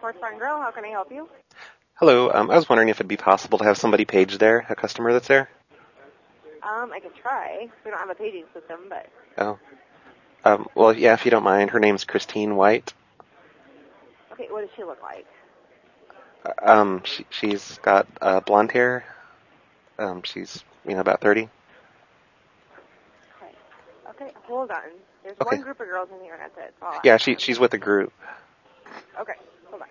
Sportsbarn Grill, how can I help you? Hello. Um, I was wondering if it'd be possible to have somebody page there, a customer that's there. Um, I could try. We don't have a paging system, but Oh. Um, well, yeah, if you don't mind, her name's Christine White. okay, what does she look like? Uh, Um, she, she's got uh, blonde hair. Um, she's you know about thirty. Okay. Okay, hold on. There's Okay. one group of girls in here, and that's it. That's all I Yeah, have. she she's with a group. Okay, hold on.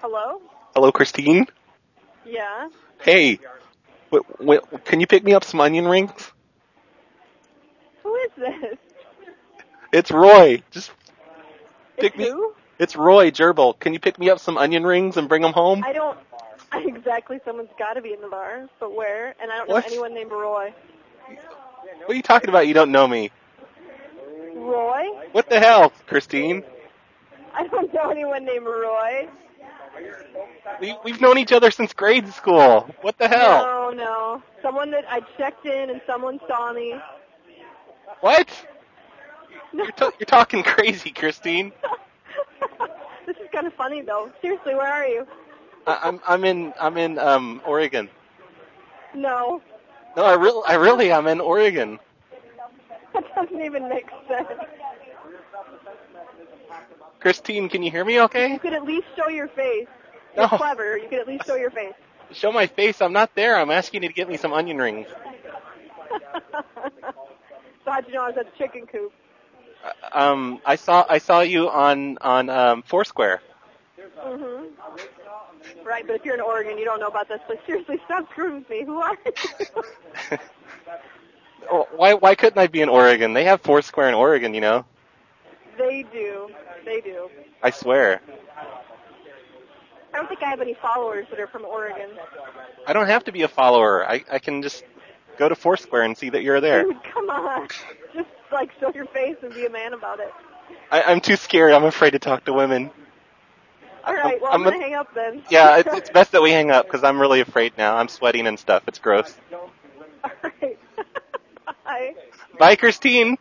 Hello? Hello, Christine. Yeah. Hey, w- w- can you pick me up some onion rings? Who is this? It's Roy. Just Pick It's me- who? it's Roy Gerbil. Can you pick me up some onion rings and bring them home? I don't I, exactly. Someone's got to be in the bar, but where? And I don't What? know anyone named Roy. What are you talking about? You don't know me. Roy? What the hell, Christine? I don't know anyone named Roy. We, we've known each other since grade school. What the hell? No, no. Someone that I checked in and someone saw me. What? No. You're, t- you're talking crazy, Christine. this is kind of funny though. Seriously, where are you? I, I'm I'm in I'm in um Oregon. No, No, I real I really am in Oregon. that doesn't even make sense. Christine, can you hear me? Okay. You could at least show your face. No. You're clever. You could at least show your face. Show my face. I'm not there. I'm asking you to get me some onion rings. so how'd you know I was at the chicken coop? Uh, Um, I saw I saw you on on um Foursquare. hmm Right, but if you're in Oregon, you don't know about this. But seriously, stop screwing with me. Who are you? Oh, why why couldn't I be in Oregon? They have Foursquare in Oregon, you know. they do. They do. I swear. I don't think I have any followers that are from Oregon. I don't have to be a follower. I I can just go to Foursquare and see that you're there. Dude, come on. Just like show your face and be a man about it. I, I'm too scared. I'm afraid to talk to women. All right, well, I'm I'm, a- gonna hang up then. Yeah, it's, it's best that we hang up because I'm really afraid now. I'm sweating and stuff. It's gross. All right. Bye. Bye, Christine.